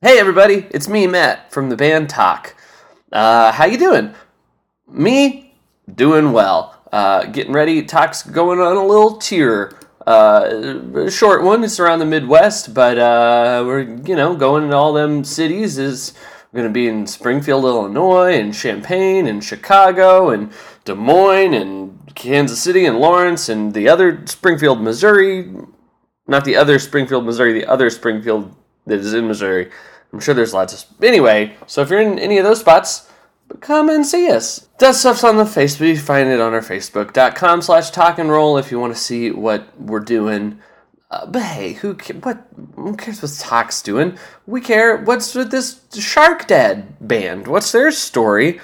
Hey everybody, it's me Matt from the band Talk. Uh, how you doing? Me doing well. Uh, getting ready. Talk's going on a little tour. Uh, a short one. It's around the Midwest, but uh, we're you know going to all them cities. Is we're gonna be in Springfield, Illinois, and Champaign, and Chicago, and Des Moines, and Kansas City, and Lawrence, and the other Springfield, Missouri. Not the other Springfield, Missouri. The other Springfield that is in Missouri. I'm sure there's lots of. Anyway, so if you're in any of those spots, come and see us. That stuff's on the Facebook. You find it on our Facebook.com slash talk and roll if you want to see what we're doing. Uh, but hey, who ca- what who cares what Talk's doing? We care. What's with this Shark Dad band? What's their story?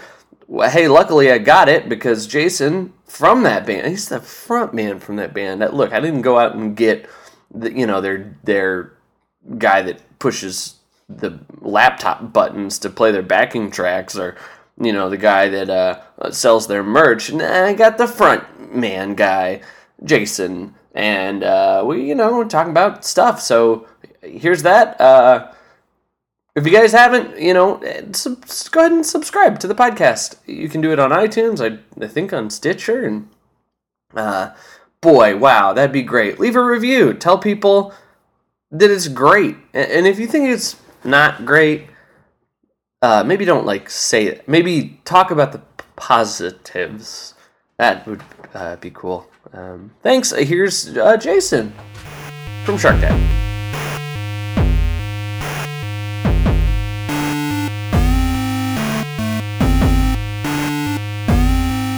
Well, hey, luckily I got it because Jason from that band, he's the front man from that band. Uh, Look, I didn't go out and get, the, you know, their their guy that pushes the laptop buttons to play their backing tracks or you know the guy that uh, sells their merch nah, i got the front man guy jason and uh, we you know we're talking about stuff so here's that uh, if you guys haven't you know eh, sub- go ahead and subscribe to the podcast you can do it on itunes i, I think on stitcher and uh, boy wow that'd be great leave a review tell people that it's great. A- And if you think it's not great, uh, maybe don't like say it. Maybe talk about the p- positives. That would uh, be cool. Um, thanks. Uh, Here's uh, Jason from Shark Dad.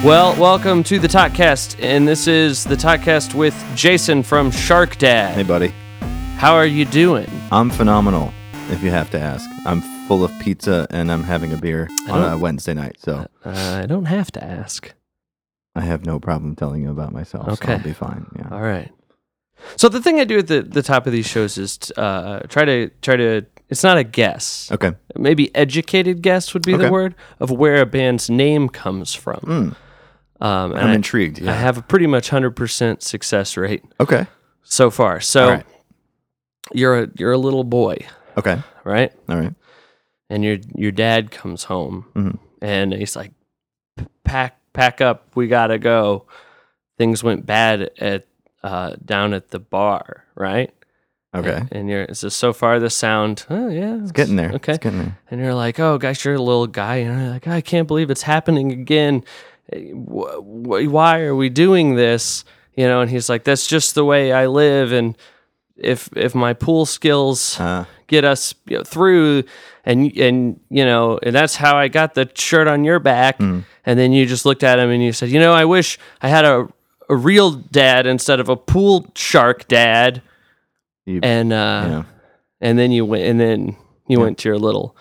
Well, welcome to the Talkcast, and this is the Talkcast with Jason from Shark Dad. Hey, buddy. How are you doing? I'm phenomenal, if you have to ask. I'm full of pizza and I'm having a beer on don't- a Wednesday night, so Uh, I don't have to ask. I have no problem telling you about myself. Okay. So I'll be fine. Yeah. All right. So the thing I do at the, the top of these shows is t- uh, try to try to. It's not a guess. Okay. Maybe educated guess would be the Okay. word of where a band's name comes from. Um, and I'm I- intrigued. I Yeah. have a pretty much hundred percent success rate okay. so far. So All right. you're a you're a little boy, Okay. right? All right. And your your dad comes home Mhm. and he's like, "Pack pack up, we gotta go." Things went bad at uh, down at the bar, right? Okay. And, and you're so so far the sound. Oh yeah, it's, Getting there. Okay. It's getting there. and you're like, oh gosh, you're a little guy, and you're like, I can't believe it's happening again. Eh, wh- wh- Why are we doing this? You know, and he's like, that's just the way I live, and if if my pool skills Uh, get us you know, through, and and you know, and that's how I got the shirt on your back, Mm. and then you just looked at him and you said, you know, I wish I had a a real dad instead of a pool shark dad, You- and uh, yeah. and then you went and then you went to your little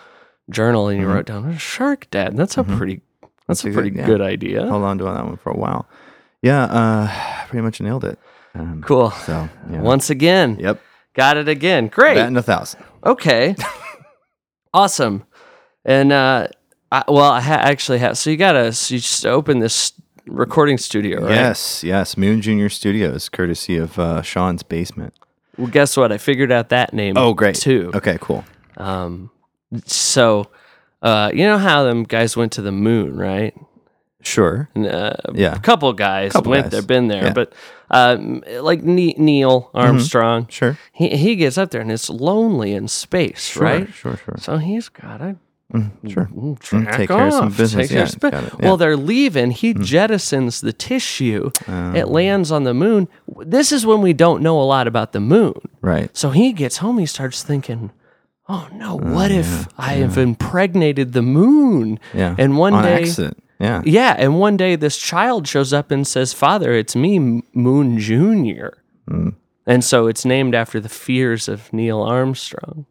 journal and you wrote down shark dad and that's a pretty that's, a Mm-hmm. a pretty good- good, yeah. idea Hold on to that one for a while. Yeah. Uh, pretty much nailed it. Um, cool So, yeah. once again Yep. got it again great That and a thousand. okay awesome and uh I, well i ha- actually have so you gotta so you just open this recording studio right Yes. Yes. Moon Junior Studios, courtesy of uh, Sean's basement. well guess what i figured out that name Oh, great. too Okay. Cool. um so uh you know how them guys went to the moon right Sure. And, uh, Yeah. a couple guys Couple went guys. there, been there, Yeah. but Mm-hmm. um, like ne- Neil Armstrong, Sure. he he gets up there and it's lonely in space, Sure. right? Sure. Sure. So he's got to Mm, sure. track take off, care of some business. take care of Yeah, Mm. spa- got it. Well, they're leaving. He jettisons the tissue. it Oh. lands on the moon. This is when we don't know a lot about the moon. Right. So he gets home. He starts thinking. Oh no! What if I have impregnated the moon? Yeah. And one on day, accident. Yeah. Yeah, and one day this child shows up and says, "Father, it's me, M- Moon Junior." Mm. And so it's named after the fears of Neil Armstrong.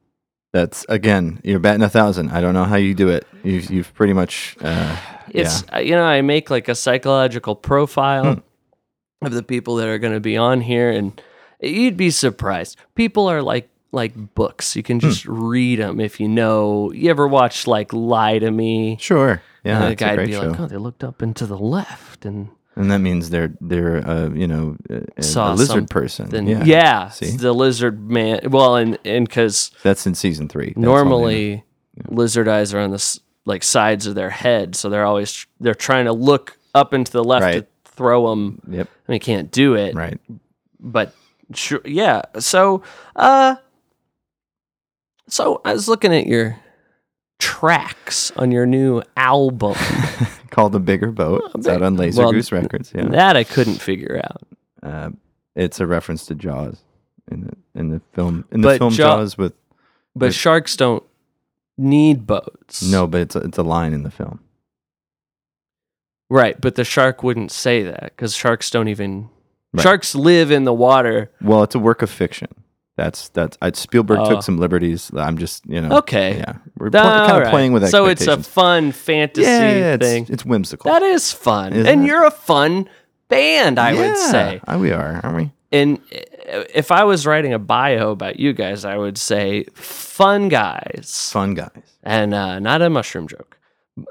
That's again, you're batting a thousand. I don't know how you do it. You've you've pretty much uh, It's uh, you know I make like a psychological profile Hmm. of the people that are going to be on here, and you'd be surprised. People are like like books; you can Hmm. just read 'em read them if you know. You ever watch like Lie to Me? sure. Yeah, And the it's guy'd a great be show. like, "Oh, they looked up and to the left, and and that means they're they're uh, you know a, a Saw lizard some- person. Then yeah, yeah, See? the lizard man. Well, and and because that's in season three. That's all they know. normally lizard eyes are on the s- like sides of their head, so they're always tr- they're trying to look up into the left Right. to throw them. yep, I mean, can't do it, right. but sure, yeah. So, uh, so I was looking at your tracks on your new album. Called the bigger boat. It's out on Laser Oh, well, Goose Records. Yeah, That I couldn't figure out. uh, it's a reference to Jaws in the in the film in But the film Jaw- Jaws with But But- sharks don't need boats. no, but it's a, it's a line in the film. Right, but the shark wouldn't say that because sharks don't even. Right. Sharks live in the water. Well, it's a work of fiction. That's that's I, Spielberg Oh. took some liberties. I'm just you know Okay. Oh, yeah we're pl- kind of Alright. playing with So it's a expectations. fun fantasy yeah, yeah, it's, thing. it's whimsical. that is fun. Isn't and it? you're a fun band, I would Yeah, say. uh, we are, aren't we? And uh, if I was writing a bio about you guys, I would say fun guys. Fun guys. And uh, not a mushroom joke.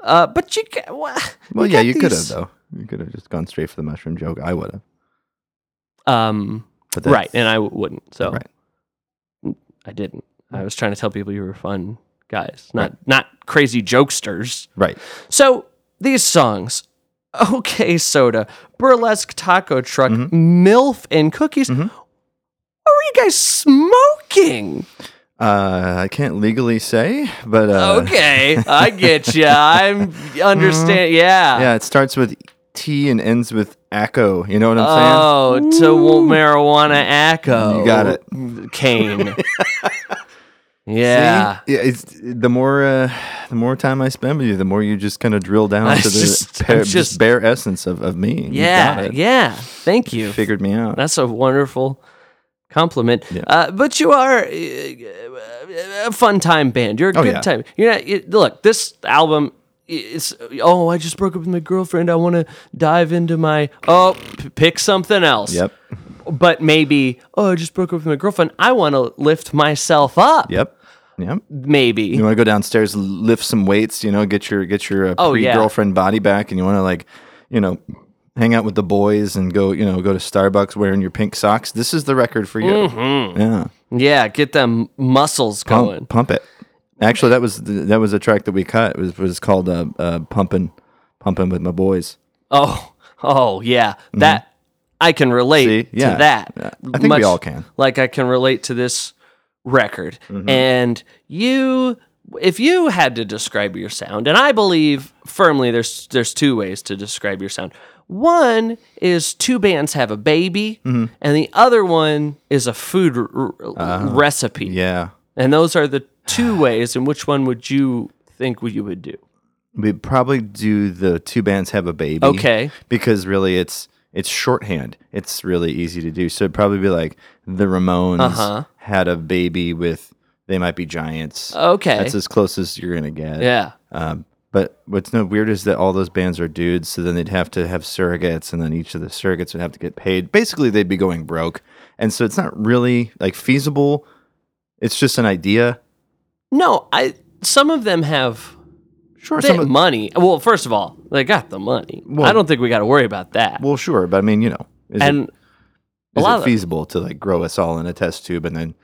Uh, but you ca Well, Well, yeah, got you could have these- though. You could have just gone straight for the mushroom joke. I would have. Um, But right, that's- and I w- wouldn't. So Right. I didn't. I was trying to tell people you were fun guys, not not crazy jokesters. right. So these songs, okay, soda, burlesque taco truck, Mm-hmm. milf, and cookies. What were you guys smoking? Uh, I can't legally say, but uh, okay, I get you. I'm understand. Yeah. Mm-hmm. yeah, it starts with T and ends with acco. You know what I'm Oh, to marijuana acco. You got it. Cane. saying? yeah. See? yeah. It's the more uh, the more time I spend with you, the more you just kind of drill down I to the just- bare- I'm just, just- bare essence of, of me. You Yeah, got it. yeah. Thank you. Figured me out. That's a wonderful compliment. Yeah. Uh, but you are uh, a fun time band. You're a Oh, good yeah. time. You're not. You, look, this album. It's oh, I just broke up with my girlfriend. I want to dive into my oh, p- pick something else. Yep. But maybe oh, I just broke up with my girlfriend. I want to lift myself up. Yep. Yep. Maybe. You want to go downstairs, lift some weights, you know, get your get your uh, Oh, yeah. pre-girlfriend body back, and you want to like, you know, hang out with the boys and go, you know, go to Starbucks wearing your pink socks. This is the record for you. Mm-hmm. Yeah, Yeah, get them muscles going. pump, pump it. Actually, that was the, that was a track that we cut. It was was called uh, uh, "Pumping, Pumping with My Boys." Oh, oh yeah, that I can relate Mm-hmm. See? Yeah. to that. Yeah. I think we all can. Mm-hmm. Like I can relate to this record. And you, if you had to describe your sound, and I believe firmly there's there's two ways to describe your sound. One is two bands have a baby, Mm-hmm. and the other one is a food r- r- Uh-huh. recipe. Yeah, And those are the two ways. And which one would you think you would do? we probably do the two bands have a baby. Okay. because really it's it's shorthand. It's really easy to do. So it'd probably be like the Ramones Uh-huh. had a baby with they might be giants. Okay. That's as close as you're gonna get. yeah. Um, but what's no weird is that all those bands are dudes, so then they'd have to have surrogates, and then each of the surrogates would have to get paid. Basically, they'd be going broke, and so it's not really like feasible. It's just an idea. No, I. Some of them have Sure, they some have of- money. Well, first of all, they got the money. I don't think we got to worry about that. well, sure, but I mean, you know, is it, and a is lot it of- feasible to like grow us all in a test tube and then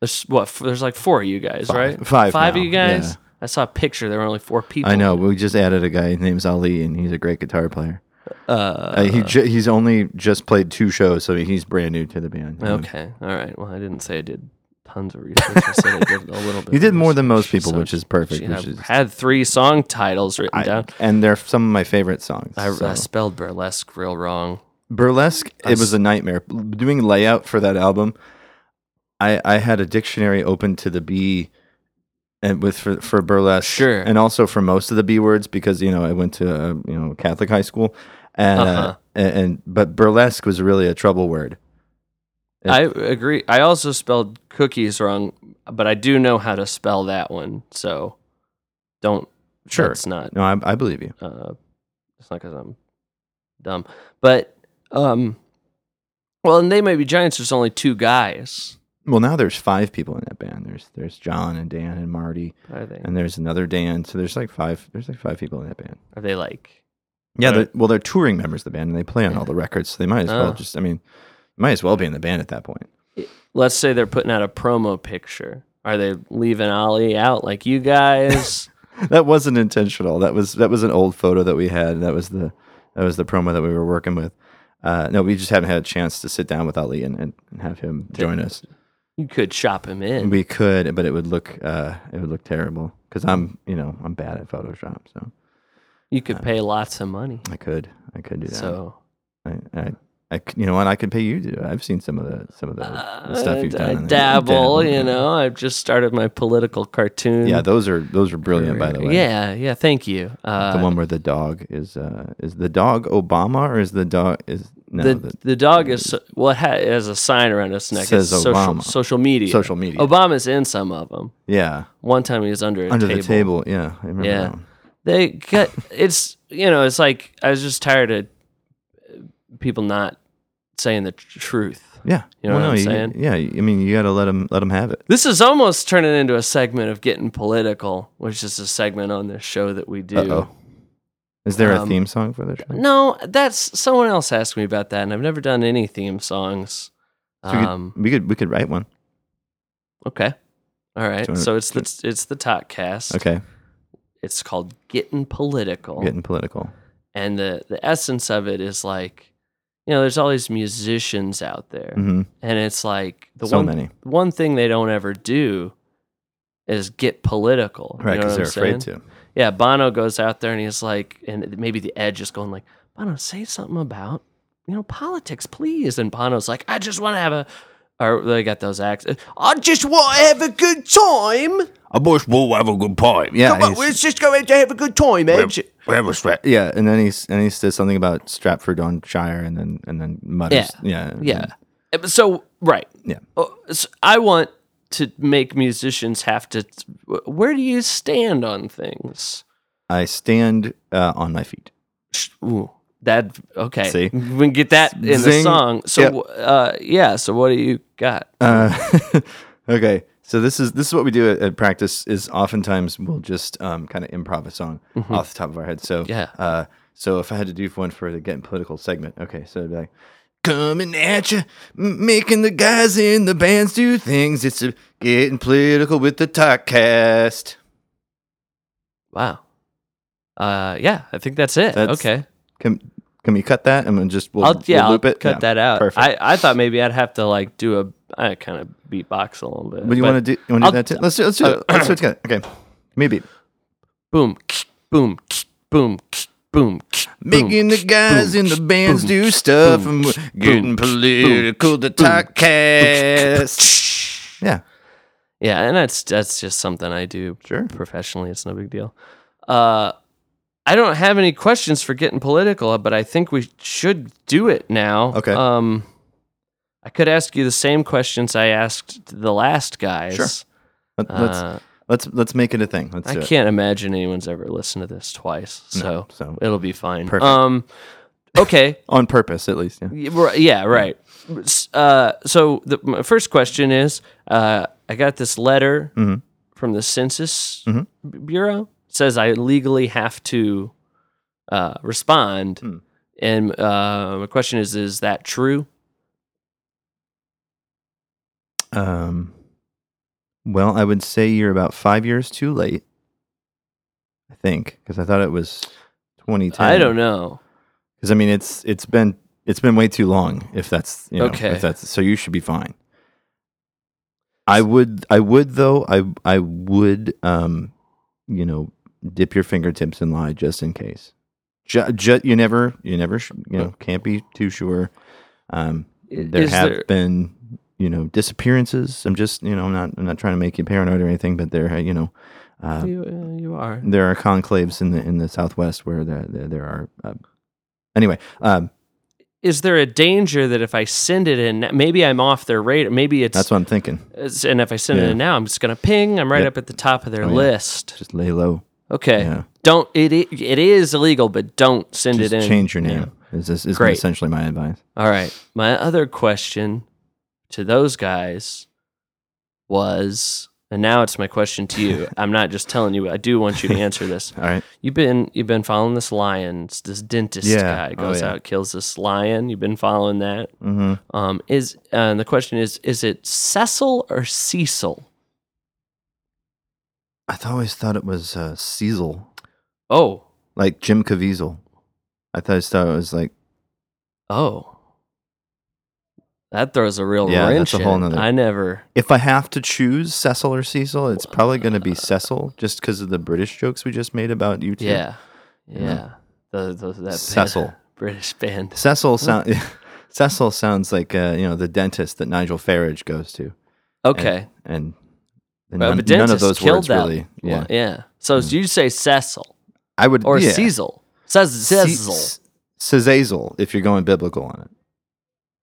there's what? f- There's like four of you guys, right? Five Five now, of you guys. yeah. I saw a picture. There were only four people. I know. We just added a guy. His name's Ali, and he's a great guitar player. Uh, he ju- he's only just played two shows, so he's brand new to the band. Okay. All right. Well, I didn't say I did tons of research. I said I did a little bit. He of did more than research. most people, So which is perfect. yeah, which is, I had three song titles written I, down. and they're some of my favorite songs. I, so. I spelled burlesque real wrong. Burlesque, it was a nightmare. Doing layout for that album, I I had a dictionary open to the B, and with for for burlesque, Sure. and also for most of the B words because you know I went to uh, you know Catholic high school, and, uh, Uh-huh. and and but burlesque was really a trouble word. Yeah. I agree. I also spelled cookies wrong, but I do know how to spell that one. So don't. Sure. It's not. No, I, I believe you. Uh, it's not because I'm dumb, but um, well, and they may be giants. There's only two guys. Well, now there's five people in that band. There's there's John and Dan and Marty, Are they? and there's another Dan. So there's like five. There's like five people in that band. Are they like Yeah, they're, well, they're touring members of the band, and they play on all the records, so they might as well just. I mean, might as well be in the band at that point. Let's say they're putting out a promo picture. Are they leaving Ollie out like you guys? That wasn't intentional. That was that was an old photo that we had. That was the that was the promo that we were working with. Uh, no, we just haven't had a chance to sit down with Ali and, and, and have him join us. you could shop him in. We could, but it would look uh, it would look terrible because I'm you know I'm bad at Photoshop, so You could pay lots of money. I could I could do that. So I, I, I c- you know, and I could pay you to. do it. I've seen some of the some of the, the stuff you've I, done. Uh, I and I- dabble, yeah. you know. I've just started my political cartoon. Yeah, those are those are brilliant, by the way. Yeah, yeah. Thank you. Uh, the one where the dog is uh is the dog Obama or is the dog is no the, the, the dog is so- well it ha- it has a sign around its neck. Says it's social, Obama. social media. Social media. Obama's in some of them. yeah One time he was under a under table. the table. Yeah, I remember Yeah, that one. they got it's you know it's like I was just tired of people not saying the tr- truth. Yeah, You know what I'm you, saying? Yeah, I mean, you got to let them let them have it. This is almost turning into a segment of getting political, which is a segment on this show that we do. Uh-oh. Is there a Um, theme song for this? Show? No, that's someone else asked me about that, and I've never done any theme songs. So we, could, Um, we could we could write one. okay, all right. Do you wanna- So it's the it's the talk cast. Okay, It's called getting political, getting political. and the the essence of it is like, you know, there's all these musicians out there, hmm and it's like the So one many, one thing they don't ever do is get political. you right? know Because what they're I'm afraid saying? to. yeah, Bono goes out there and he's like, and maybe the Edge is going like, Bono, say something about you know politics, please. And Bono's like, I just want to have a, or they got those acts. I just want to have a good time. I wish we'll have a good time. Yeah, Come on, he's- we're just going to have a good time, Edge. Yeah, and then he s- and he says something about Stratford on Shire, and then and then mutters. Yeah, Yeah. Uh, So right. Yeah. Oh, so I want to make musicians have to. Where do you stand on things? I stand uh, on my feet. Sh- Ooh, that okay. See? we can get that in the Zing. song. So Yep. uh, yeah. So what do you got? Uh, okay, so this is this is what we do at, at practice. Is oftentimes we'll just um, kind of improv a song off the top of our head. So Mm-hmm. Yeah. Uh, so if I had to do one for the getting political segment, okay, so it'd be like coming at you, making the guys in the bands do things. It's a getting political with the talk cast. Wow. Uh, yeah. I think that's it. That's- okay. Can can we cut that and then just we'll, I'll yeah. we'll I'll loop it? cut Yeah, that out. Perfect. I I thought maybe I'd have to like do a I kind of beatbox a little bit. What do you but want to do? You want to I'll- do that too? Let's do. Let's do. it. let's do it together. Okay. Maybe Boom. Boom. Boom. Boom. making the guys in the bands do stuff and we're getting political. The talk cast. Yeah. Yeah, and that's that's just something I do Sure. professionally. It's no big deal. Uh, I don't have any questions for getting political, but I think we should do it now. Okay. Um, I could ask you the same questions I asked the last guys. Sure. Let, let's Uh, let's let's make it a thing. Let's I do it. can't imagine anyone's ever listened to this twice, so so- it'll be fine. Perfect. Um, okay. On purpose, at least. Yeah. Y- ri- Yeah, right. S- Uh, so the my first question is, uh, I got this letter Mm-hmm. from the Census B- Bureau. It says I legally have to uh, respond, Hmm. and uh, my question is, is that true? Um. Well, I would say you're about five years too late. I think because I thought it was 2010. I don't know. Because I mean, it's it's been it's been way too long. If that's you know, Okay. if that's so, you should be fine. I would I would though I I would um you know dip your fingertips in lie just in case. Ju- ju- you never you never sh- you know can't be too sure. Um, I- there is have there- been you know disappearances. I'm just you know I'm not I'm not trying to make you paranoid or anything, but there you know uh, You, uh, you are. there are conclaves in the in the Southwest where there there, there are. Uh, anyway, um, Is there a danger that if I send it in, maybe I'm off their radar? Maybe it's, that's what I'm thinking. it's- and if I send it Yeah. in now, I'm just gonna ping. I'm right Yeah. up at the top of their Oh, yeah. list. Just lay low. Okay. Yeah. Don't it i- it is illegal, but don't send Just it in. change your name. Is this is Great. essentially my advice? All right. My other question to those guys was And now it's my question to you. I'm not just telling you. I do want you to answer this. All right. You've been you've been following this lion, s- this dentist Yeah. guy Oh, goes yeah. out, kills this lion. You've been following that. Mm-hmm. Um, is uh, and the question is, is it Cecil or Cecil? I th- always thought it was uh, Cecil, Oh, like Jim Caviezel. I thought I thought it was like oh, that throws a real Yeah, wrench. that's a whole in. nother- I never. if I have to choose Cecil or Cecil, it's probably going to be Cecil, just because of the British jokes we just made about you two. Yeah, yeah. You know? The, the, that band- Cecil. British band. Cecil sound. Cecil sounds like uh, you know the dentist that Nigel Farage goes to. And- Okay, And, and Well, none, but none of dentist those killed words that really. yeah. Yeah. yeah. So you say Cecil I would or yeah. Cecil? Cez- Ce- Cecil. Cezazel, if you're going biblical on it.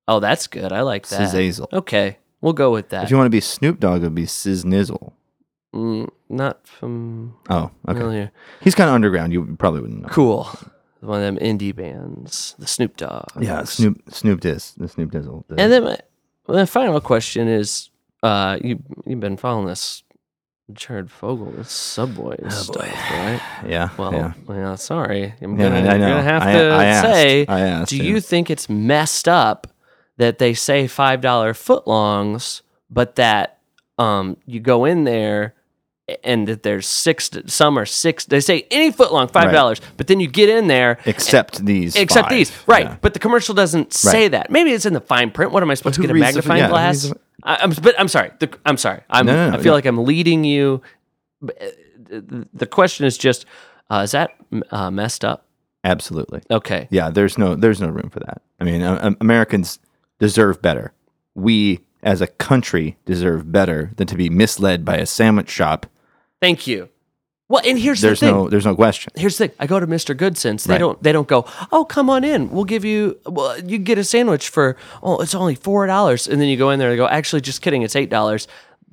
Oh, that's good. I like that. Cezazel. Okay, we'll go with that. If you want to be Snoop Dogg, it would be Siznizzle. Mm, not from Oh, okay. familiar. He's kind of underground. You probably wouldn't know. Cool. One of them indie bands, the Snoop Dogg. Yeah, Snoop Snoop Diz, the Snoop Dizzle. the- And then my, my final question is, uh, you you've been following this Jared Fogle, this Subway stuff, right? yeah, Well, Oh, eh, yeah. well, sorry, I'm Yeah, gonna, I I'm know. gonna have I- to I asked. say, I asked, do yeah. you think it's messed up that they say five dollar footlongs, but that um you go in there and that there's six, some are six. They say any footlong five dollars, but then you get in there except these, Except five. these, right? Yeah. But the commercial doesn't say that. Maybe it's in the fine print. What am I supposed to who get a reads the- magnifying yeah, who reads glass? the- I, I'm, but I'm sorry. The, I'm sorry. I'm, No, no, I no, feel yeah. like I'm leading you. But, uh, The the question is just, uh, is that uh, messed up? Absolutely. Okay. Yeah, there's no there's no room for that. I mean, uh, um, Americans deserve better. We as a country deserve better than to be misled by a sandwich shop. Thank you. Well, and here's There's the thing. no there's no question. here's the thing. I go to Mr. Goodsense. They Right. don't. They don't go. Oh, come on in. We'll give you. Well, you get a sandwich for. Oh, it's only four dollars. And then you go in there and they go. Actually, just kidding. It's eight dollars.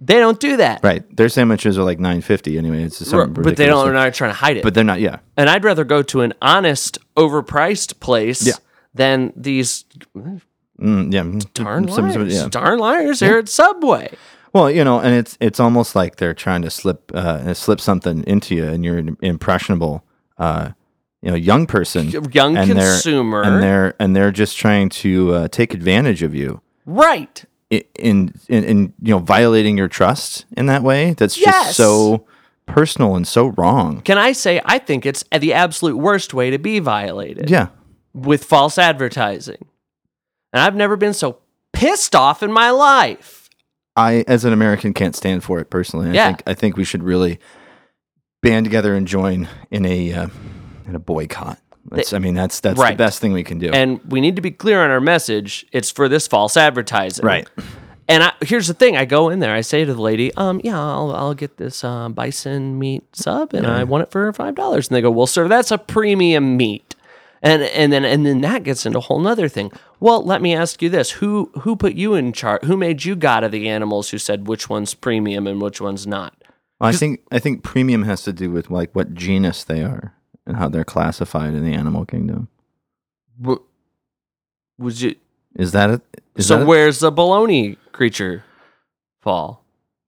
They don't do that. Right. Their sandwiches are like 9.50 anyway. It's just Or- something But they ridiculous. don't. They're not trying to hide it. But they're not, yeah. and I'd rather go to an honest, overpriced place Yeah. than these Mm, yeah. mm, darn some- liars. some- yeah. Darn liars here at Subway. Well, you know, and it's it's almost like they're trying to slip uh, slip something into you, and you're an impressionable, uh, you know, young person, Young and they're- consumer. and they're and they're just trying to uh, take advantage of you Right. i- in, in in you know violating your trust in that way. That's Yes. just so personal and so wrong. Can I say I think it's the absolute worst way to be violated Yeah, with false advertising. And I've never been so pissed off in my life. I as an American can't stand for it personally. I Yeah. think I think we should really band together and join in a uh, in a boycott. That's, I mean, that's that's Right. the best thing we can do. And we need to be clear on our message. It's for this false advertising. right. And I, here's the thing: I go in there, I say to the lady, "Um, yeah, I'll I'll get this uh, bison meat sub, and I want it for five dollars." And they go, "Well, sir, that's a premium meat." And and then and then that gets into a whole nother thing. Well, let me ask you this: who who put you in charge? Who made you god of the animals? Who said which one's premium and which one's not? Well, I think I think premium has to do with like what genus they are and how they're classified in the animal kingdom. W- Would you? Is that it? Is so that it? where's the baloney creature fall?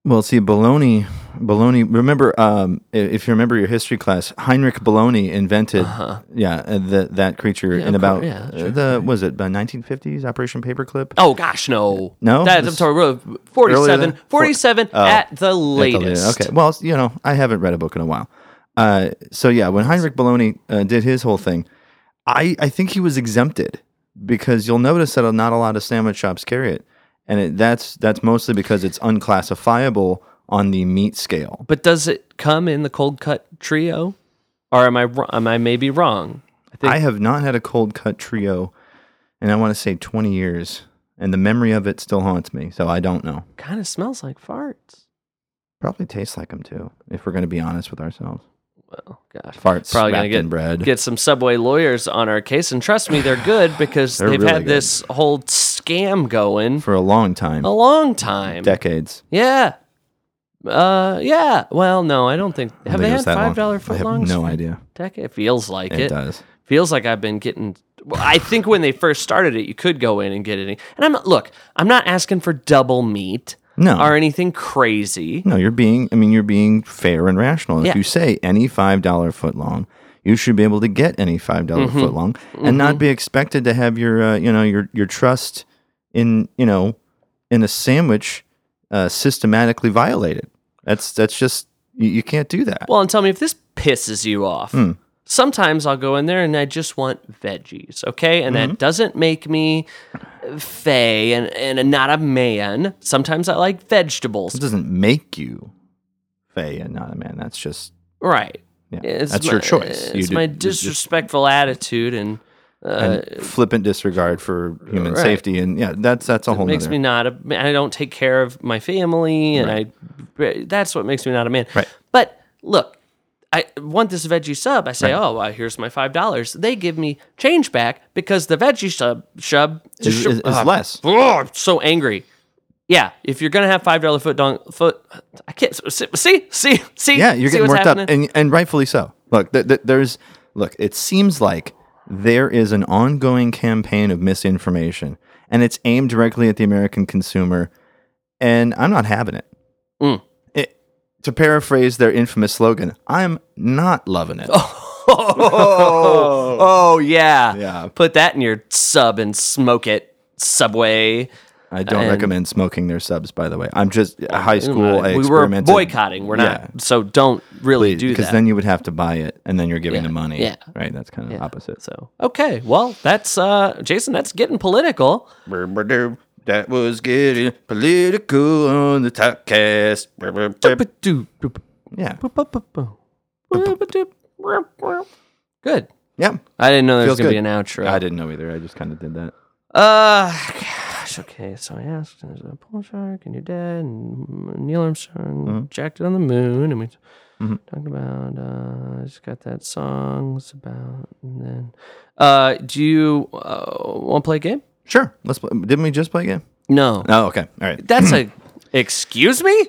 Well, see, bologna, bologna. Remember, um, i- if you remember your history class, Heinrich Bologna invented, yeah, uh, the, that creature of in about course, Uh-huh. yeah, uh, the was it by 1950s Operation Paperclip? Oh gosh, no, No? That's I'm This- sorry, 47, than- four- 47 at the At the latest. Okay. Well, it's- you know, I haven't read a book in a while. Uh, so yeah, when Heinrich Bologna uh, did his whole thing, I I think he was exempted because you'll notice that not a lot of sandwich shops carry it, and it, that's that's mostly because it's unclassifiable on the meat scale. But does it come in the cold cut trio, or am I wr- am I maybe wrong? I think I have not had a cold cut trio, and I want to say twenty years, and the memory of it still haunts me. So I don't know. kind of smells like farts. Probably tastes like them too, if we're going to be honest with ourselves. Well, gosh, Farts Probably gonna wrapped get- in bread. get some Subway lawyers on our case, and trust me, they're good because They're they've really had good. this whole scam going for for a long time, a long time. decades. yeah. Uh yeah. Well, no, I don't think have think they it had was that long. five dollar I have footlongs. no for idea. a decade? It feels like It, it. does. feels like I've been getting. Well, I think when they first started it, you could go in and get any. And I'm look, I'm not asking for double meat. No. or anything crazy. No, you're being. I mean, you're being fair and rational. If Yeah. you say any five dollar foot long, you should be able to get any five Mm-hmm. foot long, and not be expected to have your, uh, you know, your your trust in you know, in a sandwich, uh, systematically violated. That's that's just you, you can't do that. Well, and tell me if this pisses you off. Hmm. Sometimes I'll go in there and I just want veggies, okay? And Mm-hmm. that doesn't make me fey and, and not a man. Sometimes I like vegetables. it doesn't make you fey and not a man. That's just Right. yeah, It's that's my- your choice. It's do- my you just- disrespectful attitude and uh, and flippant disregard for human right. safety, and yeah, that's that's a whole. makes nother- me not a I don't take care of my family and I that's what makes me not a man. Right. But look, I want this veggie sub. I say, "Oh, well, here's my $5." They give me change back because the veggie sub shub is, is, is less. Ugh, I'm so angry. Yeah, if you're gonna have five dollar foot dong foot, I can't see see see. see Yeah, you're see getting what's worked happening? up, and and rightfully so. Look, th- th- there's look. It seems like there is an ongoing campaign of misinformation, and it's aimed directly at the American consumer. And I'm not having it. Mm. It- to paraphrase their infamous slogan, I'm not loving it. Oh, yeah. Yeah. Put that in your sub and smoke it. Subway. I don't recommend smoking their subs. By the way, I'm just high school. I we were experimented- boycotting. We're Yeah. not. So don't really do because that. then you would have to buy it, and then you're giving Yeah, the money. yeah. right. That's kind of opposite. so okay, well that's uh, Jason. That's getting political. That was getting political on the top cast. Yeah. Good. Yeah. I didn't know there was Feels gonna be good. an outro. I didn't know either. I just kind of did that. Uh, gosh. Okay, so I asked, "Is it a bull shark and your dad and Neil Armstrong Mm-hmm. jacked it on the moon?" And we talked about. Uh, I just got that song. It's about. And then, uh, do you uh, want to play a game? Sure. Let's. Play. Didn't we just play a game? No. Oh, okay. All right. That's a. Excuse me.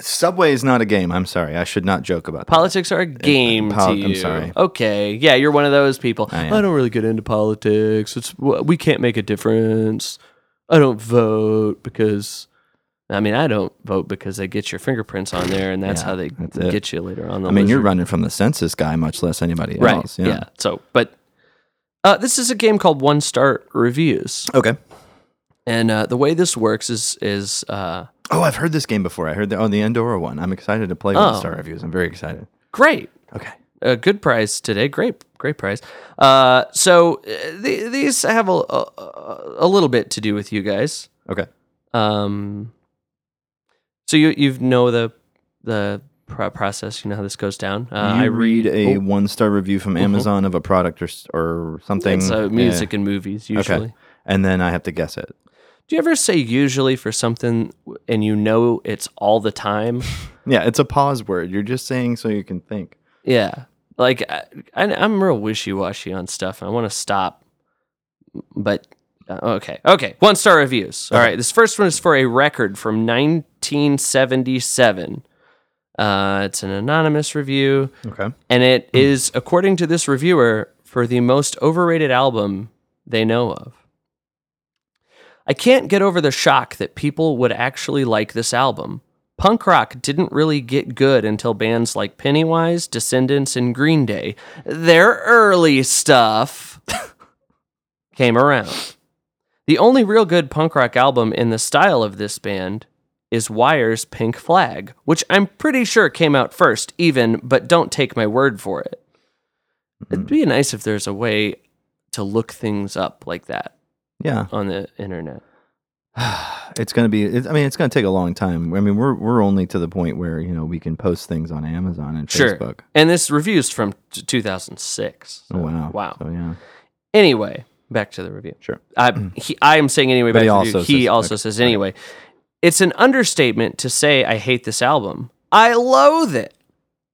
Subway is not a game. I'm sorry. I should not joke about that. Politics are a game pol- to I'm you. sorry. Okay. Yeah, you're one of those people. I I, am. don't really get into politics. It's we can't make a difference. I don't vote because I mean, I don't vote because they get your fingerprints on there and that's Yeah, how they that's it. get you later on the I mean, you're lizard. running from the census guy, much less anybody right. else. yeah. So, but uh, this is a game called One Star Reviews. Okay. And uh, the way this works is is uh, Oh, I've heard this game before. I heard the, oh, the Andorra one. I'm excited to Oh. play one star reviews. I'm very excited. great. Okay. a good prize today. Great, great prize. Uh, so uh, the, these have a, a a little bit to do with you guys. Okay. Um, so you you know the the pro- process. You know how this goes down. Uh, you I read, a oh. Uh-huh. one star review from Amazon of a product or, s- or something. it's, uh, Yeah. music and movies usually. Okay. And then I have to guess it. Do you ever say usually for something w- and you know it's all the time? Yeah, it's a pause word. You're just saying so you can think. yeah, like I, I, I'm real wishy washy on stuff. I want to stop, but Uh, okay. Okay. One star reviews. All right. This first one is for a record from 1977. Uh, it's an anonymous review, Okay. and it is, according to this reviewer, for the most overrated album they know of. I can't get over the shock that people would actually like this album. Punk rock didn't really get good until bands like Pennywise, Descendants, and Green Day, their early stuff, came around. The only real good punk rock album in the style of this band is Wire's Pink Flag, which I'm pretty sure came out first, even, but don't take my word for it. It'd Mm-hmm. be nice if there's a way to look things up like that Yeah, on the internet. it's gonna be. It, I mean, it's gonna take a long time. I mean, we're we're only to the point where you know we can post things on Amazon and Facebook. And this review's from t- 2006. Oh wow! Wow. So yeah, Anyway, back to the review. sure. I, he, I am saying anyway, But but he he also also, he says- also okay, says anyway. It's an understatement to say I hate this album. I loathe it.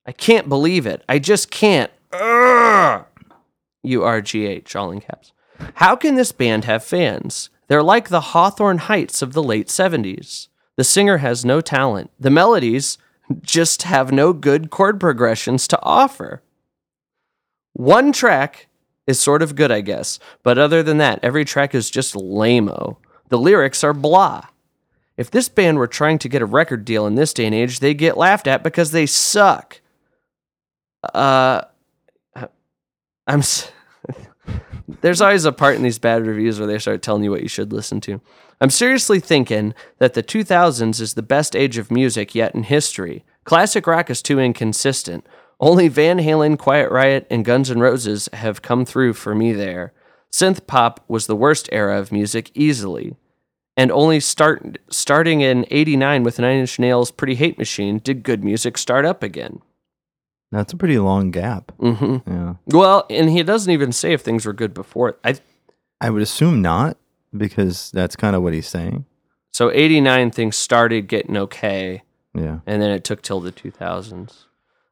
I can't believe it. I just can't. Ugh. U R G H, all in caps. How can this band have fans? They're like the Hawthorne Heights of the late 70s. The singer has no talent. The melodies just have no good chord progressions to offer. One track is sort of good, I guess, but other than that, every track is just lame The lyrics are blah. If this band were trying to get a record deal in this day and age, they get laughed at because they suck. Uh, I'm. s- There's always a part in these bad reviews where they start telling you what you should listen to. I'm seriously thinking that the 2000s is the best age of music yet in history. Classic rock is too inconsistent. Only Van Halen, Quiet Riot, and Guns N' Roses have come through for me there. Synth pop was the worst era of music easily. And only start starting in 89 with Nine Inch Nails' Pretty Hate Machine did good music start up again. That's a pretty long gap. hmm Yeah. Well, and he doesn't even say if things were good before. I I would assume not because that's kind of what he's saying. so eighty nine things started getting okay, Yeah. and then it took till the two thousands.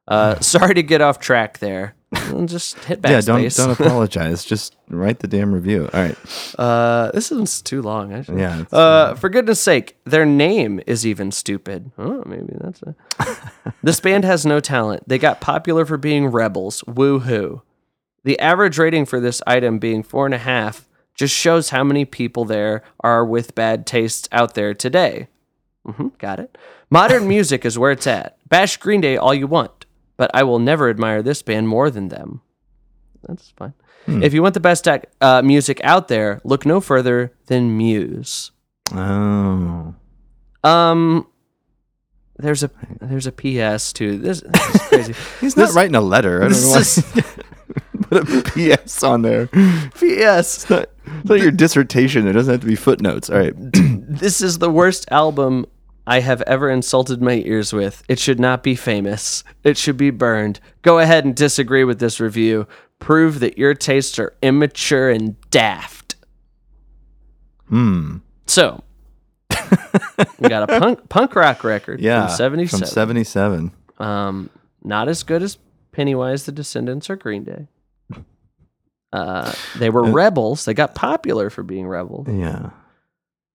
Uh, sorry to get off track there. Well, Just hit Yeah, backspace. don't don't apologize. Just write the damn review. All right. Uh, this one's too long. Actually. Yeah, it's, Uh, for goodness sake, their name is even stupid. Oh, maybe that's a. this band has no talent. They got popular for being rebels. Woo hoo! The average rating for this item being four and a half just shows how many people there are with bad tastes out there today. hmm got it. Modern music is where it's at. Bash Green Day all you want, but I will never admire this band more than them. That's fine. If you want the best ac- uh, music out there, look no further than Muse. Oh. Um, there's a there's a PS too. This, this is crazy. He's not writing a letter. I don't know why. this is Put a PS on there. It's PS. not, it's not your dissertation. There doesn't have to be footnotes. All right. This is the worst album I have ever insulted my ears with. It should not be famous. It should be burned. Go ahead and disagree with this review. Prove that your tastes are immature and daft. Hmm. So, we got a punk punk rock record Yeah. from 77. From 77. Um, not as good as Pennywise, The Descendants, or Green Day. Uh, they were rebels. They got popular for being rebels. Yeah.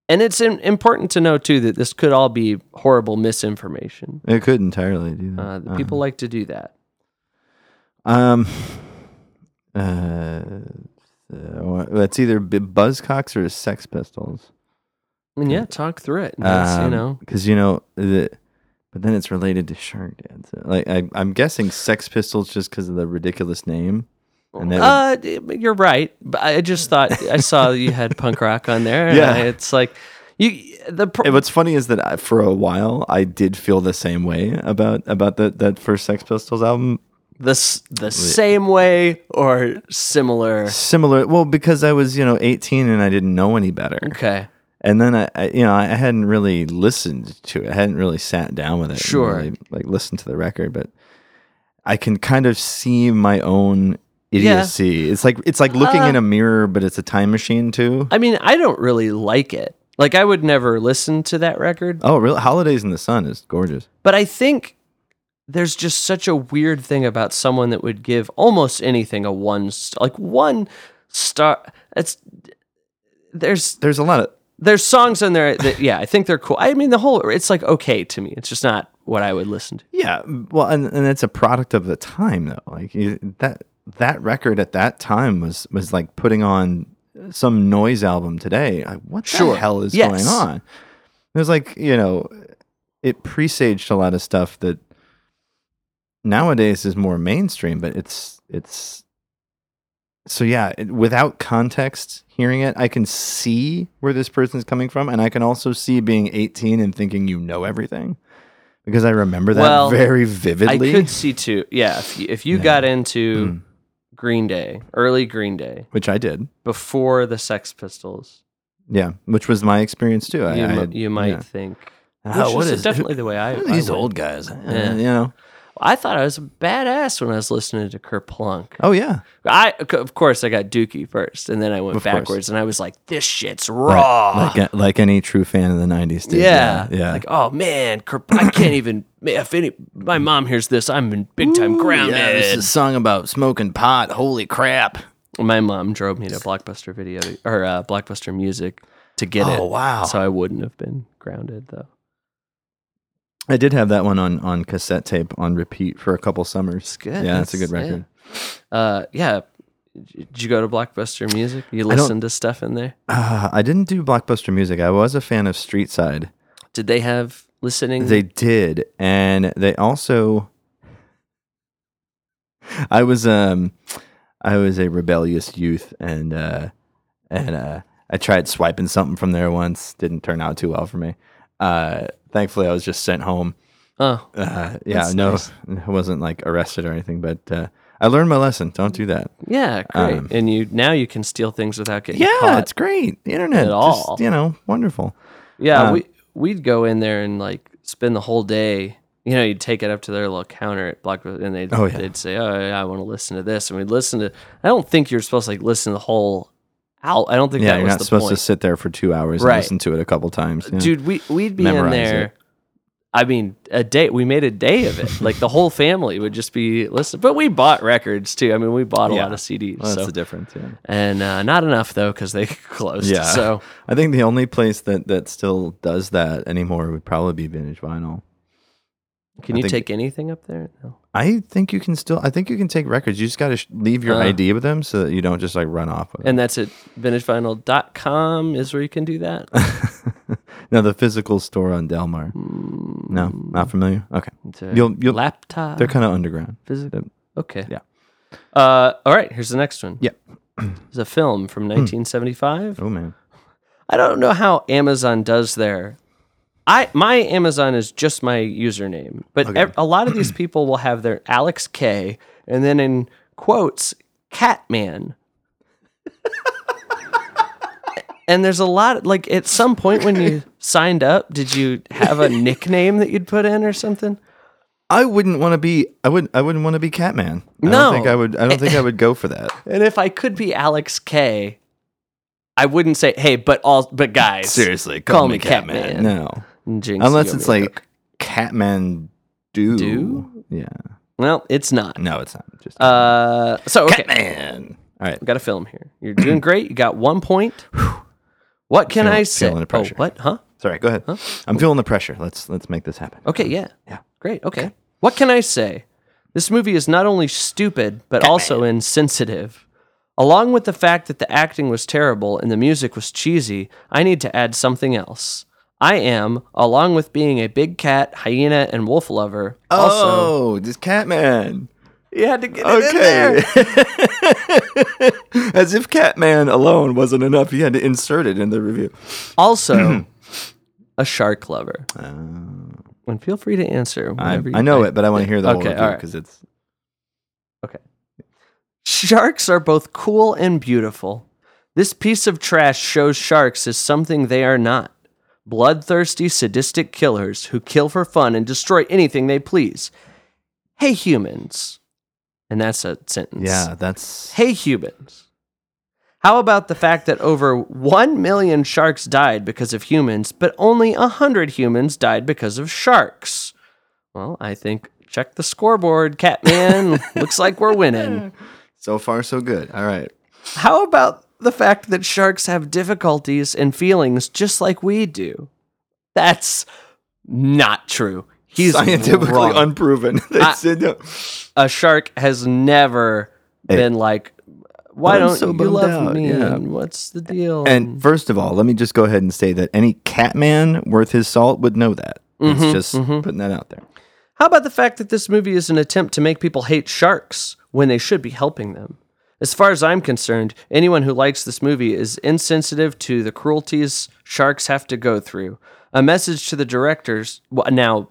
And it's im important to know, too, that this could all be horrible misinformation. It could entirely do that. Uh, that people like to do that. Um, uh, uh, that's either B- Buzzcocks or Sex Pistols. And yeah, talk through it. That's, Um, you know, because you know the, but then it's related to Shark Dad. So, like I, I'm guessing Sex Pistols just because of the ridiculous name. And that would- uh, d- you're right. But I just thought I saw you had punk rock on there. and Yeah. I- it's like you the pr- And what's funny is that I, for a while I did feel the same way about about that that first Sex Pistols album. the s- the same way or similar. Similar, well, because I was you know 18 and I didn't know any better. Okay. and then I, I you know I hadn't really listened to it. I hadn't really sat down with it. and Sure. really, like listened to the record, but I can kind of see my own Yeah. Uh-huh. idiocy. It's like it's like looking in a mirror, but it's a time machine too. I mean, I don't really like it. Like, I would never listen to that record, oh, really? Holidays in the Sun is gorgeous. but I think there's just such a weird thing about someone that would give almost anything a one, st- like one star. It's there's There's a lot of there's songs in there that yeah, I think they're cool. I mean, the whole it's like okay to me. It's just not what I would listen to. yeah. Well, and and it's a product of the time though. Like you, that that record at that time was was like putting on some noise album today. Like, what the Sure. hell is Yes. going on? It was like you know, it presaged a lot of stuff that nowadays is more mainstream, but it's it's so yeah. It, without context, hearing it, I can see where this person's coming from, and I can also see being eighteen and thinking you know everything because I remember that Well, very I vividly. could see too. Yeah, if you, if you got into Hmm. Green Day, early Green Day, which I did. before the Sex Pistols, Yeah, which was my experience too. I, you, I mi- had- you might yeah. think. Ah, which what is is- definitely the way I. Look at I these went. old guys, Uh, Yeah. you know. I thought I was a badass when I was listening to Kerplunk. Oh yeah, I, of course, I got Dookie first, and then I went Of course. backwards, and I was like, "This shit's raw." like like any true fan of the '90s did. yeah. yeah. Like, oh man, Kerp- I can't even. man, If any, my mom hears this, I'm in big time ground. Mm. Yeah, this is a song about smoking pot. Holy crap! my mom drove me to Blockbuster Video or uh, Blockbuster Music to get it. Oh, wow. So I wouldn't have been grounded though. I did have that one on on cassette tape on repeat for a couple summers. It's good. Yeah, that's, a good That's- record. Uh, yeah. Did you go to Blockbuster Music? You I don't- Ah, listen to stuff in there? Uh, I didn't do blockbuster music. I was a fan of Street Side. Did they have listening? They did, and they also. I was um, I was a rebellious youth, and uh, and uh, I tried swiping something from there once. Didn't turn out too well for me. Uh, thankfully, I was just sent home. oh, Uh, yeah, That's no, nice. I wasn't like arrested or anything, but uh, I learned my lesson. Don't do that. yeah, great. um, and you now you can steal things without getting Yeah, caught. it's great. The internet, At just, all. you know, wonderful. Yeah, Um, we we'd go in there and like spend the whole day. You know, you'd take it up to their little counter at Blockbuster, and they'd Oh, yeah. they'd say, "Oh, yeah, I want to listen to this," and we'd listen to. I don't think you're supposed to like listen to the whole out. I don't think Yeah, that you're was not the supposed point. to sit there for two hours Right. and listen to it a couple times, yeah. Dude, we we'd be Memorize in there. it. I mean, a day. We made a day of it. like the whole family would just be listening. But we bought records too. I mean, we bought a Yeah. lot of CDs. Well, that's so. the difference. Yeah. and uh, not enough though because they closed. Yeah. So I think the only place that that still does that anymore would probably be vintage vinyl. can I you think- Uh, take anything up there? No. I think you can still. I think you can take records. You just got to sh- leave your Uh. ID with them so that you don't just like run off with it. And that's at vintagevinyl.com is where you can do that. no, the physical store on Delmar. No, not familiar. Okay, It's a you'll you'll. laptop. They're kind of underground. physical. Okay. Yeah. Uh, all right. Here's the next one. Yeah. Hmm. It's a film from 1975. Oh man. I don't know how Amazon does their. I my Amazon is just my username, but Okay. ev- a lot of these people will have their Alex K and then in quotes Catman. and there's a lot like at some point when you signed up, did you have a nickname that you'd put in or something? I wouldn't want to be. I wouldn't. I wouldn't want to be Catman. I No. don't think I would. I don't think I would go for that. And if I could be Alex K, I wouldn't say hey, but all but guys, Seriously, Call me Catman. No, Jinx, unless you it's owe me a like Catman do. Do? Yeah. well, it's not. No, it's not. Just Uh, so okay, Catman. All right. I've got a film here. You're doing great. You got one point. What can Feeling- I say? feeling the pressure. Oh, what? Huh? Sorry. Go ahead. I'm feeling the pressure. Let's let's make this happen. Okay, yeah. Yeah. Great. Okay. What can I say? This movie is not only stupid, but also insensitive. Along with the fact that the acting was terrible and the music was cheesy, I need to add something else. I am, along with being a big cat, hyena, and wolf lover, also. oh, just Catman. You had to get Okay. As if Catman alone wasn't enough, you had to insert it in the review. Also, a shark lover. Uh, And feel free to answer. I, whenever you I know it, but I want to hear the Okay, whole all review right. because it's Sharks are both cool and beautiful. This piece of trash shows sharks as something they are not bloodthirsty, sadistic killers who kill for fun and destroy anything they please. Hey, humans. And that's a sentence. yeah, that's Hey, humans. How about the fact that over 1 million sharks died because of humans, but only 100 humans died because of sharks? Well, I think check the scoreboard, Catman. Looks like we're winning. so far so good. All right. How about the fact that sharks have difficulties and feelings just like we do? That's not true. He's Scientifically wrong. unproven. They I- said no. a shark has never Hey. been like, why I'm don't so you bummed love out, me? yeah. And what's the deal? And first of all, let me just go ahead and say that any Catman worth his salt would know that. Mm-hmm, it's just putting that out there. How about the fact that this movie is an attempt to make people hate sharks when they should be helping them? As far as I'm concerned, anyone who likes this movie is insensitive to the cruelties sharks have to go through. A message to the directors. Well, now,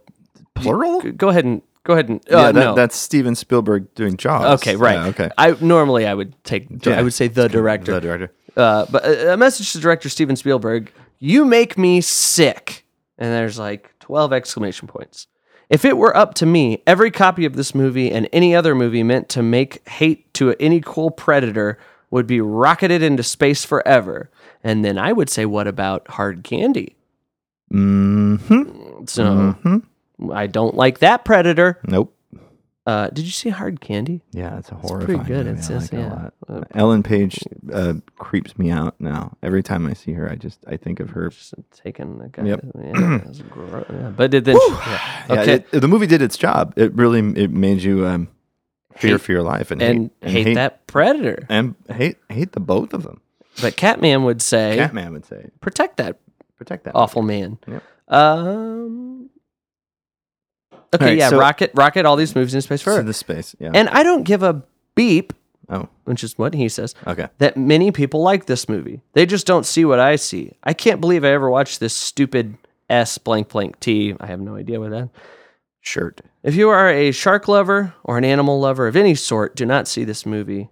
Plural? g- go ahead and go ahead and. Uh, yeah, that, no. that's Steven Spielberg doing jobs. okay, right. Yeah, okay. I normally I would take. I would say the director. The director. Uh, but a, a message to director Steven Spielberg: You make me sick. And there's like 12 exclamation points. If it were up to me, every copy of this movie and any other movie meant to make hate to any cool predator would be rocketed into space forever. And then I would say, what about hard candy? Mm-hmm. So I don't like that predator. Nope. Uh, did you see Hard Candy? Yeah, it's a pretty horrifying. good. movie. It's- I it's- like it yeah. a lot. Uh, Ellen Page uh, creeps me out now. Every time I see her, I just I think of her. Just taking the guy. Yep. Yeah, that was gross. Yeah, but it then. yeah. Yeah, Okay. it- the movie did its job. It really it made you um, fear Hate- for your life and, and hate, hate that predator. and hate hate the both of them. But Catman would say, Catman would say, protect that Oh, "Protect that." awful man. Yep. Um, okay, right, yeah, so- rocket, rocket, all these moves in space So forever. the space. Yeah. and I don't give a beep, oh, which is what he says, okay. that many people like this movie. They just don't see what I see. I can't believe I ever watched this stupid S blank blank T. I have no idea what that. Shirt. If you are a shark lover or an animal lover of any sort, do not see this movie.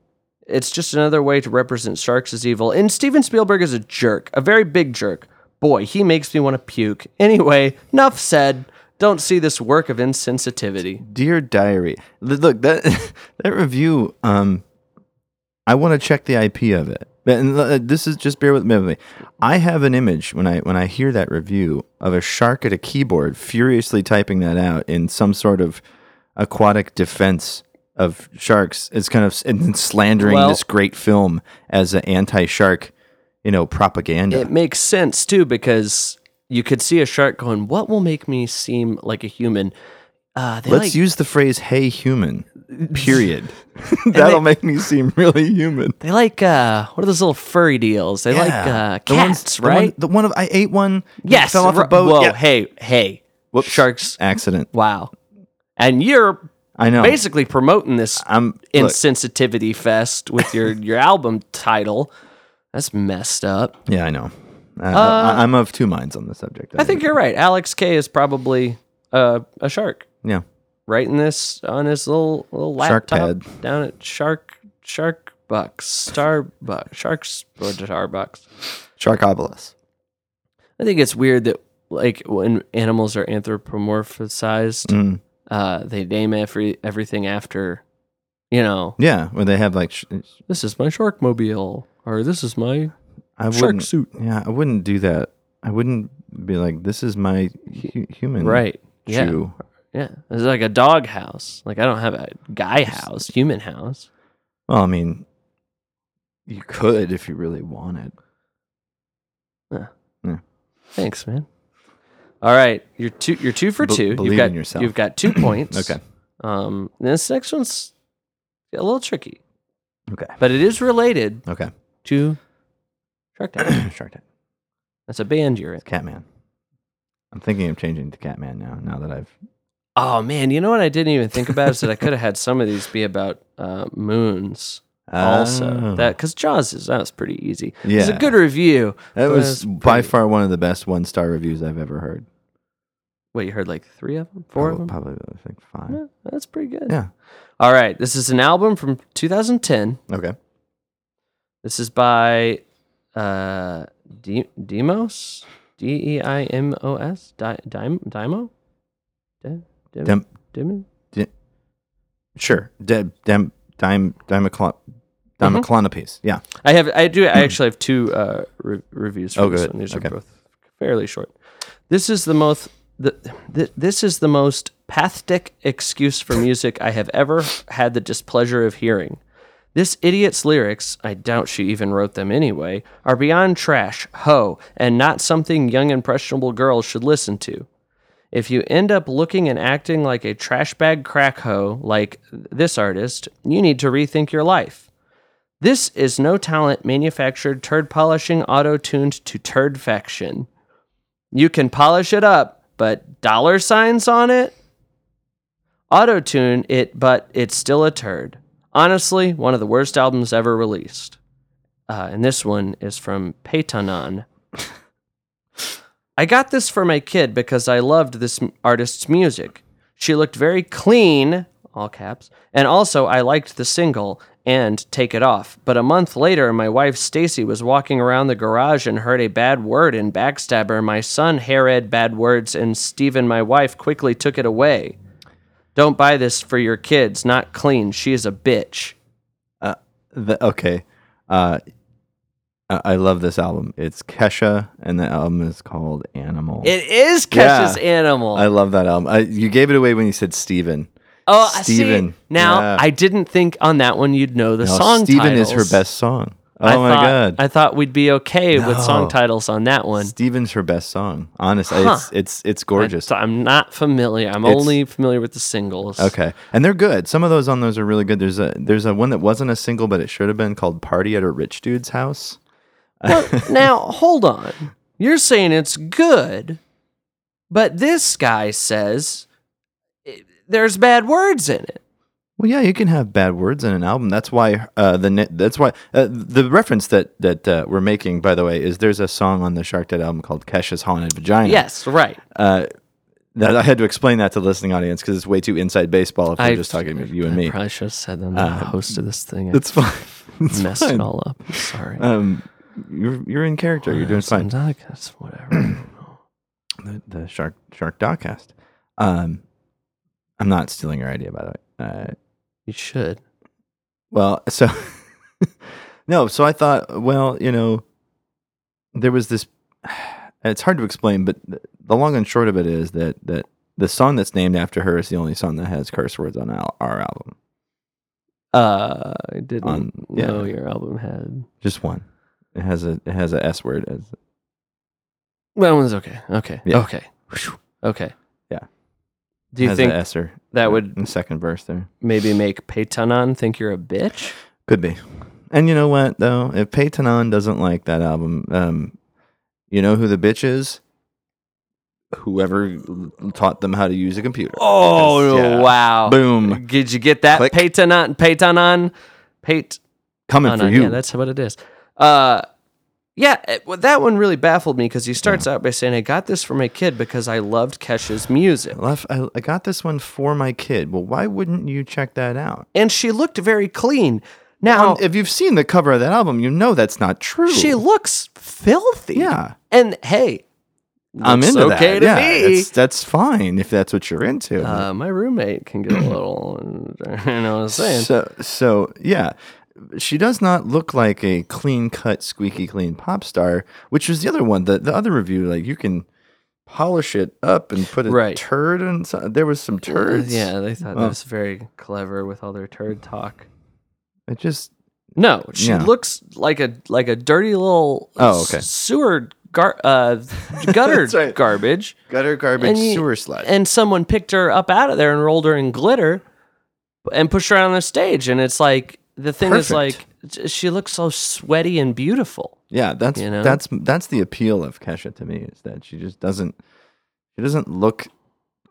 It's just another way to represent sharks as evil. And Steven Spielberg is a jerk, a very big jerk. Boy, he makes me want to puke. Anyway, enough said. Don't see this work of insensitivity. Dear diary. L- Look that that review. Um, I want to check the IP of it. And uh, this is just bear with me- with me. I have an image when I when I hear that review of a shark at a keyboard furiously typing that out in some sort of aquatic defense of sharks. It's kind of s- and then slandering Well- this great film as an anti-shark, you know, propaganda. It makes sense too because you could see a shark going, "What will make me seem like a human?" Uh, they Let's like, use the phrase "Hey, human." Period. That'll make me seem really human. they like uh, what are those little furry deals? They like Yeah. uh, The ones- cats, the one- right? The one, of I ate one. it Yes. fell off a ri- boat. Whoa, yeah. hey, hey. Whoops. Sharks. accident. Wow. And you're I know. basically promoting this I'm look, insensitivity fest with your, your album title. That's messed up. yeah, I know. I, I, am of two minds on the subject. I think you're right. Alex K is probably uh, a shark Yeah. writing this on his little little Shark laptop down at Shark Shark Bucks Starbucks Sharks or Starbucks. Sharkopolis. I think it's weird that like when animals are anthropomorphized, Mm. uh, they name every everything after, you know, Yeah, where they have like. Sh- this is my shark mobile or this is my I Shark wouldn't- suit. Yeah, I wouldn't do that. I wouldn't be like, "This is my hu- human." right. Yeah, Shoe. yeah. It's like a dog house. Like I don't have a guy house, human house. Well, I mean, you could if you really wanted. Thanks, man. All right, you're two. You're two for Be- two. believe you've got in yourself. you've got two points. Okay. Um, this next one's a little tricky, Okay. but it is related Okay. to Shark Tank. Shark Tank. That's a band you're in. Catman. I'm thinking of changing to Catman now. Now that I've Oh man, you know what I didn't even think about is that I could have had some of these be about uh, moons. Also, Oh. that because Jaws is that was pretty easy. It was a Yeah. good review. that but was it's by pretty- far one of the best one star reviews I've ever heard. What you heard like three of them, four of Prob- them. Probably, I think five. Yeah, that's pretty good. Yeah. All right, this is an album from 2010. Okay. This is by uh, De- Demos, D E I M O S, Di- Dim- Dimo, Dim- Dim- Dem, Dim- sure. De, dem, dime, dimeclon, Mm-hmm. dimeclonopes. Yeah. I have, I do, I actually have two uh, re- reviews for Hmm. Oh, this good. one. These Okay. are both fairly short. This is the most, the, th- this is the most pathetic excuse for music I have ever had the displeasure of hearing. This idiot's lyrics, I doubt she even wrote them anyway, are beyond trash, ho, and not something young impressionable girls should listen to. If you end up looking and acting like a trash bag crack hoe like this artist, you need to rethink your life. This is no talent manufactured turd polishing auto tuned to turd faction. You can polish it up, but dollar signs on it? Auto tune it, but it's still a turd. Honestly, one of the worst albums ever released. Uh, and this one is from Peytonon. I got this for my kid because I loved this m- artist's music. She looked very clean, all caps, and also I liked the single and Take It Off. But a month later, my wife Stacy was walking around the garage and heard a bad word in Backstabber. My son Herod bad words, and Steven, my wife, quickly took it away. Don't buy this for your kids. Not clean. She is a bitch. The, okay. Uh, I I love this album. It's Kesha, and the album is called Animal. It is Kesha's Yeah. animal. I love that album. I, you gave it away when you said Steven. oh, I see, Steven. now Yeah. I didn't think on that one you'd know the No, song. Steven is her titles. best song. Oh I my thought, god. I thought we'd be okay with song No. titles on that one. Steven's her best song. Honestly, it's it's it's gorgeous. So I'm not familiar. I'm only familiar with the singles. Okay, and they're good. Some of those on those are really good. There's a there's a one that wasn't a single, but it should have been called "Party at a Rich Dude's House." Well, now hold on. You're saying it's good, But this guy says eh, there's bad words in it. Well, yeah, you can have bad words in an album. That's why uh, the ne- that's why uh, the reference that that uh, we're making, by the way, is there's a song on the Shark Dead album called Kesha's Haunted Vagina. Uh, Yes, right. that I had to explain that to the listening audience because it's way too inside baseball if we're I- just talking to you and me. Probably should have said that. I'm the host of this thing. It's fine. It's I messed fine. it all up. I'm sorry. Um, you're you're in character. You're doing fine. Sometimes I guess whatever. The, the Shark Shark Dogcast. Um, I'm not stealing your idea, by the way. Uh, you should. Well, so no, so I thought, well, you know, there was this. It's hard to explain, but th- the long and short of it is that that the song that's named after her is the only song that has curse words on our, our album, Uh, I didn't On- yeah. know your album had. just one. It has a it has a S word as That one's okay. Okay. Yeah. Okay. Whew. Okay. Yeah. Do you has think a S'er that would- in the second verse there maybe make Peytonon think you're a bitch? could be, and you know what though, if Peytonon doesn't like that album, um, you know who the bitch is. Whoever l- taught them how to use a computer. Oh Yeah. wow! Boom. Did you get that? Click. Peytonon. Peytonon. Peyt. coming on for it. you. oh, Yeah, that's what it is. Uh, yeah, it- well, that one really baffled me because he starts out by saying, "I got this for my kid because I loved Kesha's music," Left, I, I got this one for my kid. Well, why wouldn't you check that out? and she looked very clean. Now Um, if you've seen the cover of that album, you know that's not true. she looks filthy. yeah, and hey, I'm looks into okay that. to yeah, me. It's, that's fine if that's what you're into. uh, my roommate can get a little. you know what I'm saying? so, so yeah, she does not look like a clean cut, squeaky clean pop star, which was the other one. The the other review, like you can polish it up and put a Right. turd and so, there was some turds. Yeah, they thought Well- that was very clever with all their turd talk. it just No, she Yeah. looks like a like a dirty little Oh, okay. s- sewer gar- uh, gutter That's right. garbage, gutter garbage you- sewer sludge. and someone picked her up out of there and rolled her in glitter, and pushed her out on the stage. And it's like the thing is Perfect. like j- she looks so sweaty and beautiful. Yeah, that's You know? that's that's the appeal of Kesha to me is that she just doesn't she doesn't look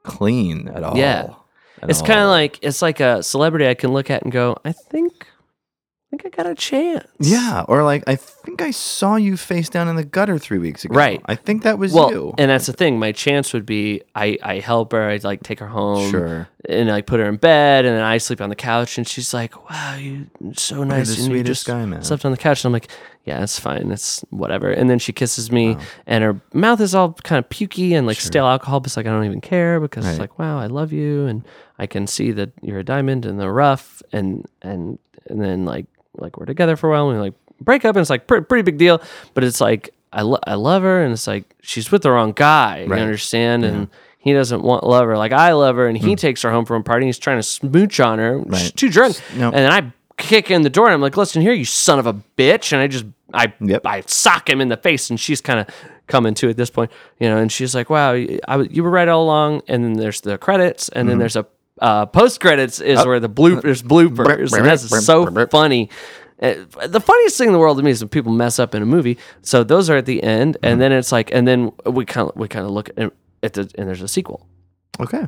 clean at all. Yeah. At it's kind of all. like it's like a celebrity I can look at and go, I think, I think I got a chance. yeah, or like I think I saw you face down in the gutter three weeks ago. Right. I think that was Well, you. and that's the thing. My chance would be I, I help her, I like take her home, Sure. and like put her in bed, and then I sleep on the couch, and she's like, "Wow, you so nice, the and you sweetest just guy, man." slept on the couch." And I'm like, "Yeah, it's fine, it's whatever." And then she kisses me, and her mouth is all kind of pukey and like stale alcohol, but it's like I don't even care because it's Right. like, "Wow, I love you," and I can see that you're a diamond in the rough, and and and then like like we're together for a while, and we like break up, and it's like pre- pretty big deal, but it's like. I, lo- I love her and it's like she's with the wrong guy Right. you understand and he doesn't want love her like I love her and he takes her home from a party and he's trying to smooch on her she's Hmm. Right. too drunk No. and then I kick in the door and I'm like listen here you son of a bitch and I just I Yep. I sock him in the face and she's kind of coming to at this point you know and she's like wow I, was- you were right all along and then there's the credits and Mm-hmm. then there's a uh, post credits is Oh. where the bloop there's bloopers and that's so funny uh, the funniest thing in the world to me is when people mess up in a movie. So those are at the end, Mm-hmm. and then it's like, and then we kind of we kind of look at, at the and there's a sequel. okay.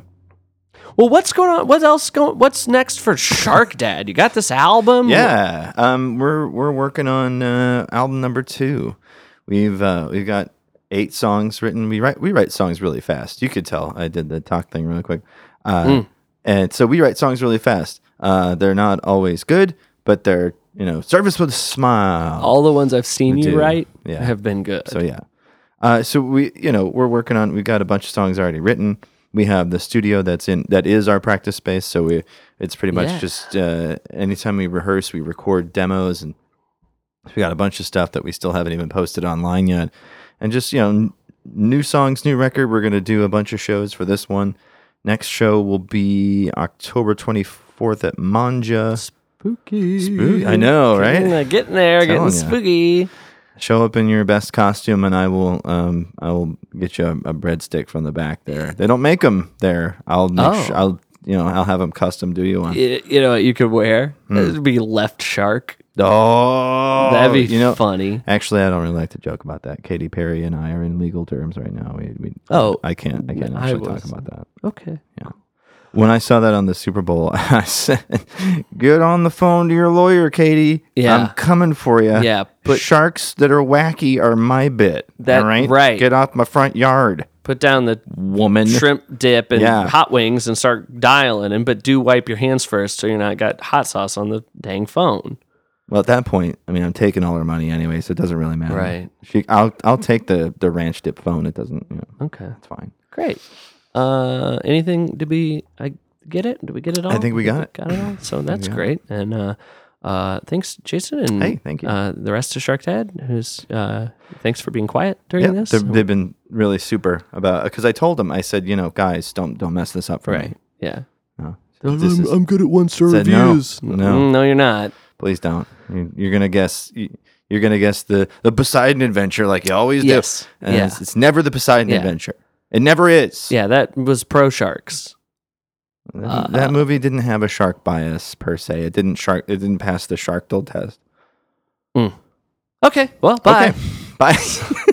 Well, what's going on? What else going? What's next for Shark Dad? You got this album? Yeah. Um we're we're working on uh album number two. We've uh we've got eight songs written. We write we write songs really fast. You could tell I did the talk thing really quick. Uh and so we write songs really fast. Uh they're not always good, but they're you know, service with a smile. all the ones I've seen you do. write Yeah. have been good. So yeah. Uh, so we, you know, we're working on. We've got a bunch of songs already written. We have the studio that's in that is our practice space. So we, it's pretty much Yeah. just uh, anytime we rehearse, we record demos, and we got a bunch of stuff that we still haven't even posted online yet. And just you know, n- new songs, new record. We're gonna do a bunch of shows for this one. Next show will be October twenty fourth at Manja. spooky. Ooh, I know, right? Getting, getting there, getting Telling ya. spooky. show up in your best costume and I will um I will get you a, a breadstick from the back there. They don't make them there. I'll make Oh. su- I'll you know I'll have them custom do you one. You, you know what you could wear? It would be left shark. Hmm. Oh, That'd be you know. funny. Actually, I don't really like to joke about that. Katy Perry and I are in legal terms right now. We, we Oh, I can't I can't I actually talk was- about that. Okay. When I saw that on the Super Bowl, I said, "Get on the phone to your lawyer, Katie. Yeah. I'm coming for you. Yeah, but- sharks that are wacky are my bit. That- all right, right. Get off my front yard, Put down the woman. shrimp dip and Yeah. hot wings and start dialing and but do wipe your hands first so you're not got hot sauce on the dang phone. Well, at that point, I mean, I'm taking all her money anyway, so it doesn't really matter. Right. She, I'll, I'll take the the ranch dip phone. It doesn't. You know, Okay. it's fine. Great. Uh anything to be I get it? Did we get it all? I think we got it. Got it all. So that's great. And uh uh thanks Jason and Hey, thank you. Uh the rest of Shark Dad who's uh thanks for being quiet during Yeah, this. they're- they've been really super about because I told them I said, you know, guys, don't don't mess this up for me. Right. Yeah. No. This is- good at one star said, no, no, Mm, no, you're not. please don't. You, you're gonna guess. You, you're gonna guess the the Poseidon adventure like you always Yes. do. And Yeah. it's, it's never the Poseidon Yeah. adventure. It never is. Yeah, Uh, that was pro sharks. That- that movie didn't have a shark bias per se. It didn't shark. It didn't pass the shark test. Okay. Well, bye. Okay. Bye.